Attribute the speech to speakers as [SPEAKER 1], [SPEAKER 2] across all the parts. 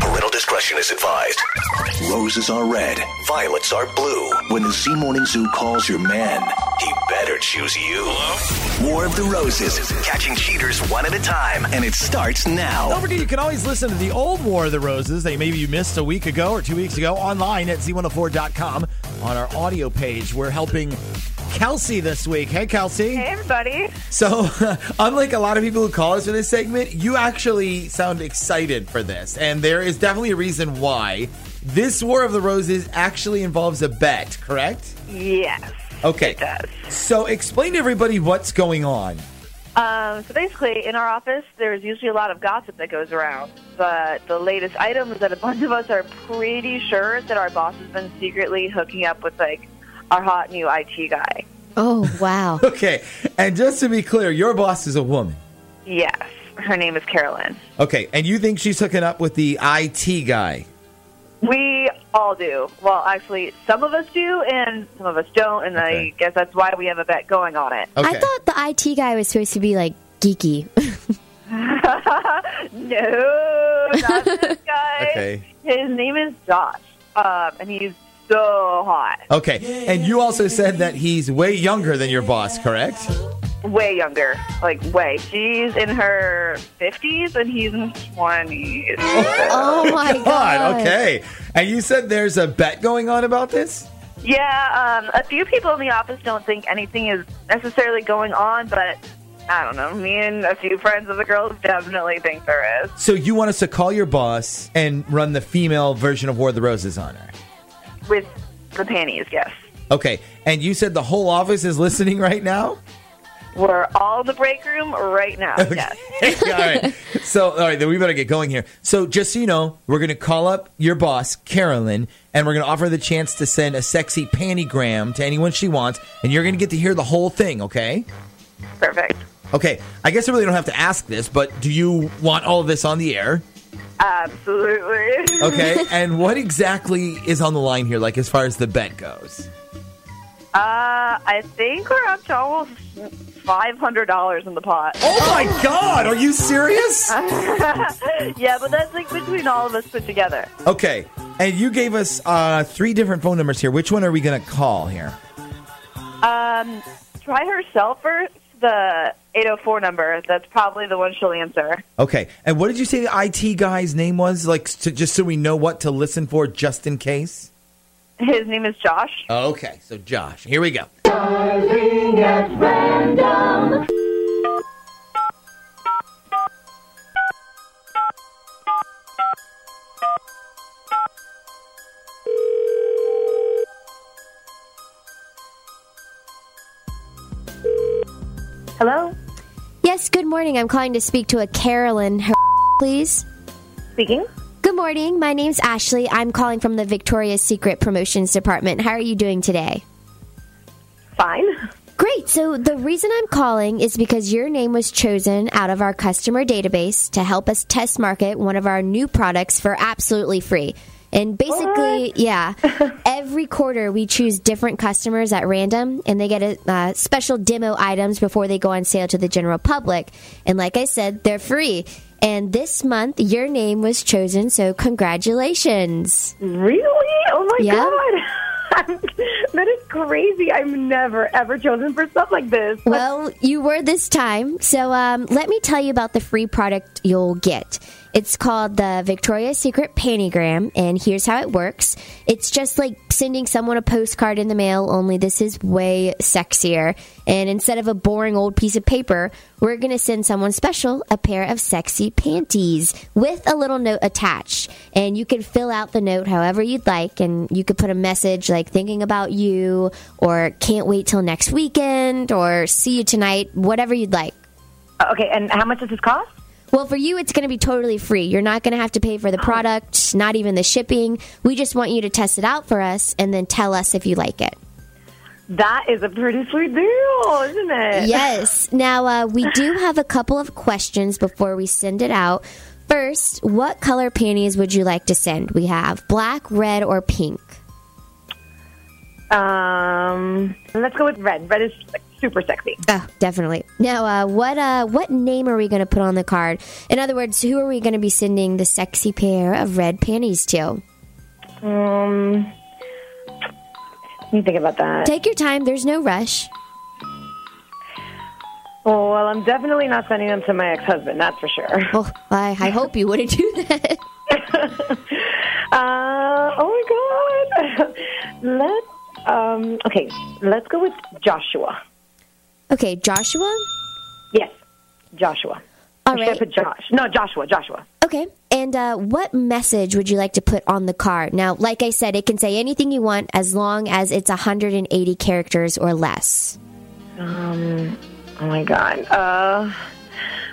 [SPEAKER 1] Parental discretion is advised. Roses are red, violets are blue. When the Z Morning Zoo calls your man, he better choose you. War of the Roses, catching cheaters one at a time, and it starts
[SPEAKER 2] Don't
[SPEAKER 1] now.
[SPEAKER 2] forget, you can always listen to the old War of the Roses that maybe you missed a week ago or two weeks ago online at z104.com on our audio page. We're helping Kelsey this week. Hey, Kelsey.
[SPEAKER 3] Hey, everybody.
[SPEAKER 2] So, unlike a lot of people who call us for this segment, you actually sound excited for this. And there is definitely a reason why. This War of the Roses actually involves a bet, correct?
[SPEAKER 3] Yes.
[SPEAKER 2] Okay.
[SPEAKER 3] It does.
[SPEAKER 2] So, explain to everybody what's going on.
[SPEAKER 3] Um, so basically, in our office, there's usually a lot of gossip that goes around. But the latest item is that a bunch of us are pretty sure that our boss has been secretly hooking up with like our hot new IT guy.
[SPEAKER 4] Oh, wow.
[SPEAKER 2] Okay. And just to be clear, your boss is a woman.
[SPEAKER 3] Yes. Her name is Carolyn.
[SPEAKER 2] Okay, and you think she's hooking up with the IT guy?
[SPEAKER 3] We all do. Well, actually, some of us do, and some of us don't. And
[SPEAKER 2] Okay. Oh.
[SPEAKER 3] I guess that's why we have a bet going on it.
[SPEAKER 2] Okay.
[SPEAKER 4] I thought the IT guy was supposed to be like geeky.
[SPEAKER 3] No, not this guy.
[SPEAKER 2] Okay.
[SPEAKER 3] His name is Josh, um, and he's so hot.
[SPEAKER 2] Okay, and you also said that he's way younger than your boss, correct?
[SPEAKER 3] Way younger, like way. She's in her fifties, and he's in his twenties.
[SPEAKER 4] oh my god.
[SPEAKER 2] Okay, and you said there's a bet going on about this.
[SPEAKER 3] yeah, um, a few people in the office don't think anything is necessarily going on, but I don't know. Me and a few friends of the girls definitely think there is.
[SPEAKER 2] So you want us to call your boss and run the female version of War of the Roses on her?
[SPEAKER 3] With the panties, yes.
[SPEAKER 2] Okay, and you said the whole office is listening right now.
[SPEAKER 3] We're all in the break room right now. Yes.
[SPEAKER 2] all right. So, all right, then we better get going here. So, just so you know, we're going to call up your boss, Carolyn, and we're going to offer the chance to send a sexy pantygram to anyone she wants, and you're going to get to hear the whole thing, okay?
[SPEAKER 3] Perfect.
[SPEAKER 2] Okay. I guess I really don't have to ask this, but do you want all of this on the air?
[SPEAKER 3] Absolutely.
[SPEAKER 2] Okay. and what exactly is on the line here, like as far as the bet goes?
[SPEAKER 3] Uh, I think we're up to almost five hundred dollars in the pot.
[SPEAKER 2] Oh my God! Are you serious?
[SPEAKER 3] Yeah, but that's like between all of us put together.
[SPEAKER 2] Okay. And you gave us uh, three different phone numbers here. Which one are we going to call here?
[SPEAKER 3] Um, try herself first. The eight hundred four number. That's probably the one she'll answer.
[SPEAKER 2] Okay. And what did you say the IT guy's name was? Like, to, just so we know what to listen for just in case?
[SPEAKER 3] His name is Josh.
[SPEAKER 2] Okay. So, Josh, here we go.
[SPEAKER 3] Hello,
[SPEAKER 4] Yes, good morning. I'm calling to speak to a Carolyn, her- please.
[SPEAKER 3] speaking.
[SPEAKER 4] Good morning. My name's Ashley. I'm calling from the Victoria's Secret Promotions Department. How are you doing today?
[SPEAKER 3] Fine.
[SPEAKER 4] Great. So, the reason I'm calling is because your name was chosen out of our customer database to help us test market one of our new products for absolutely free. And basically, yeah, every quarter we choose different customers at random and they get a, uh, special demo items before they go on sale to the general public. And like I said, they're free. And this month, your name was chosen, so congratulations.
[SPEAKER 5] Really? Oh my
[SPEAKER 4] Yeah.
[SPEAKER 5] god. that is crazy. I'm never ever chosen for stuff like this.
[SPEAKER 4] Well, you were this time. So um, let me tell you about the free product you'll get. It's called the Victoria's Secret Pantygram, and here's how it works it's just like sending someone a postcard in the mail, only this is way sexier. And instead of a boring old piece of paper, we're going to send someone special a pair of sexy panties with a little note attached. And you can fill out the note however you'd like, and you could put a message like thinking about you, or can't wait till next weekend, or see you tonight, whatever you'd like.
[SPEAKER 5] Okay, and how much does this cost?
[SPEAKER 4] Well, for you, it's going to be totally free. You're not going to have to pay for the product, not even the shipping. We just want you to test it out for us and then tell us if you like it.
[SPEAKER 5] That is a pretty sweet deal, isn't it?
[SPEAKER 4] Yes. Now, uh, we do have a couple of questions before we send it out. First, what color panties would you like to send? We have black, red, or pink.
[SPEAKER 5] Um, let's go with red. Red is like, super sexy.
[SPEAKER 4] Oh, definitely. Now, uh, what uh, what name are we going to put on the card? In other words, who are we going to be sending the sexy pair of red panties to?
[SPEAKER 5] Um, let me think about that.
[SPEAKER 4] Take your time. There's no rush.
[SPEAKER 5] Oh, well, I'm definitely not sending them to my ex-husband. That's for sure.
[SPEAKER 4] Well, Oh, I, I hope you wouldn't do that.
[SPEAKER 5] Uh, oh my god. let's um okay, let's go with Joshua.
[SPEAKER 4] Okay, Joshua.
[SPEAKER 5] Yes. Joshua.
[SPEAKER 4] All
[SPEAKER 5] Or Should I
[SPEAKER 4] right.
[SPEAKER 5] put Josh? No, Joshua, Joshua.
[SPEAKER 4] Okay. And uh, what message would you like to put on the card? Now, like I said, it can say anything you want as long as it's 180 characters or less.
[SPEAKER 5] Um oh my god. Uh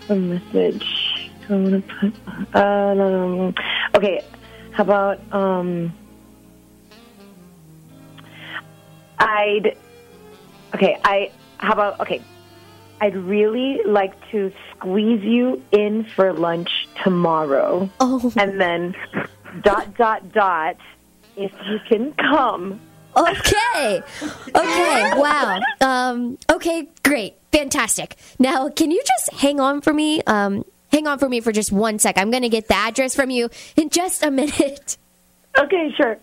[SPEAKER 5] a message. I wanna put uh no, no, no. okay. How about um I'd okay, I how about okay. I'd really like to squeeze you in for lunch tomorrow.
[SPEAKER 4] Oh.
[SPEAKER 5] And then dot dot dot if you can come.
[SPEAKER 4] Okay. Okay. Wow. Um, okay. Great. Fantastic. Now, can you just hang on for me? Um, hang on for me for just one sec. I'm going to get the address from you in just a minute.
[SPEAKER 5] Okay, sure.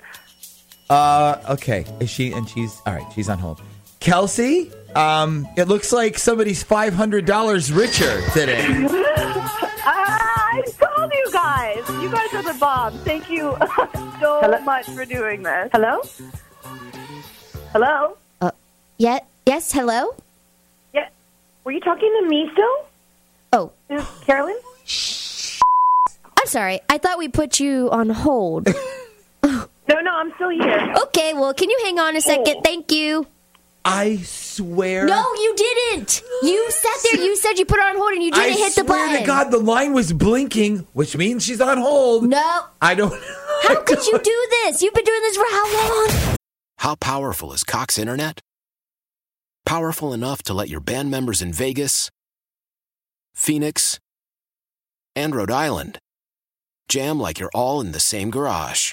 [SPEAKER 2] Uh, okay. Is she and she's all right. She's on hold. Kelsey, um, it looks like somebody's five hundred dollars richer today.
[SPEAKER 3] Ah, I told you guys. You guys are the bomb. Thank you so
[SPEAKER 5] Hello?
[SPEAKER 3] much for doing this.
[SPEAKER 5] Hello? Hello?
[SPEAKER 4] Yeah. Yes. Hello.
[SPEAKER 5] Yeah. Were you talking to me still?
[SPEAKER 4] Oh,
[SPEAKER 5] Is this Carolyn?
[SPEAKER 4] I'm sorry. I thought we put you on hold.
[SPEAKER 5] No, no, I'm still here. Oh.
[SPEAKER 4] Okay. Well, can you hang on a second? Thank you.
[SPEAKER 2] I swear.
[SPEAKER 4] No, you didn't. You sat there. You said you put her on hold and you
[SPEAKER 2] I
[SPEAKER 4] didn't hit the
[SPEAKER 2] swear
[SPEAKER 4] button.
[SPEAKER 2] to God, the line was blinking, which means she's on hold.
[SPEAKER 4] No.
[SPEAKER 2] I don't.
[SPEAKER 4] How could you do this? You've been doing this for how long?
[SPEAKER 6] How powerful is Cox Internet? Powerful enough to let your band members in Vegas, Phoenix, and Rhode Island jam like you're all in the same garage.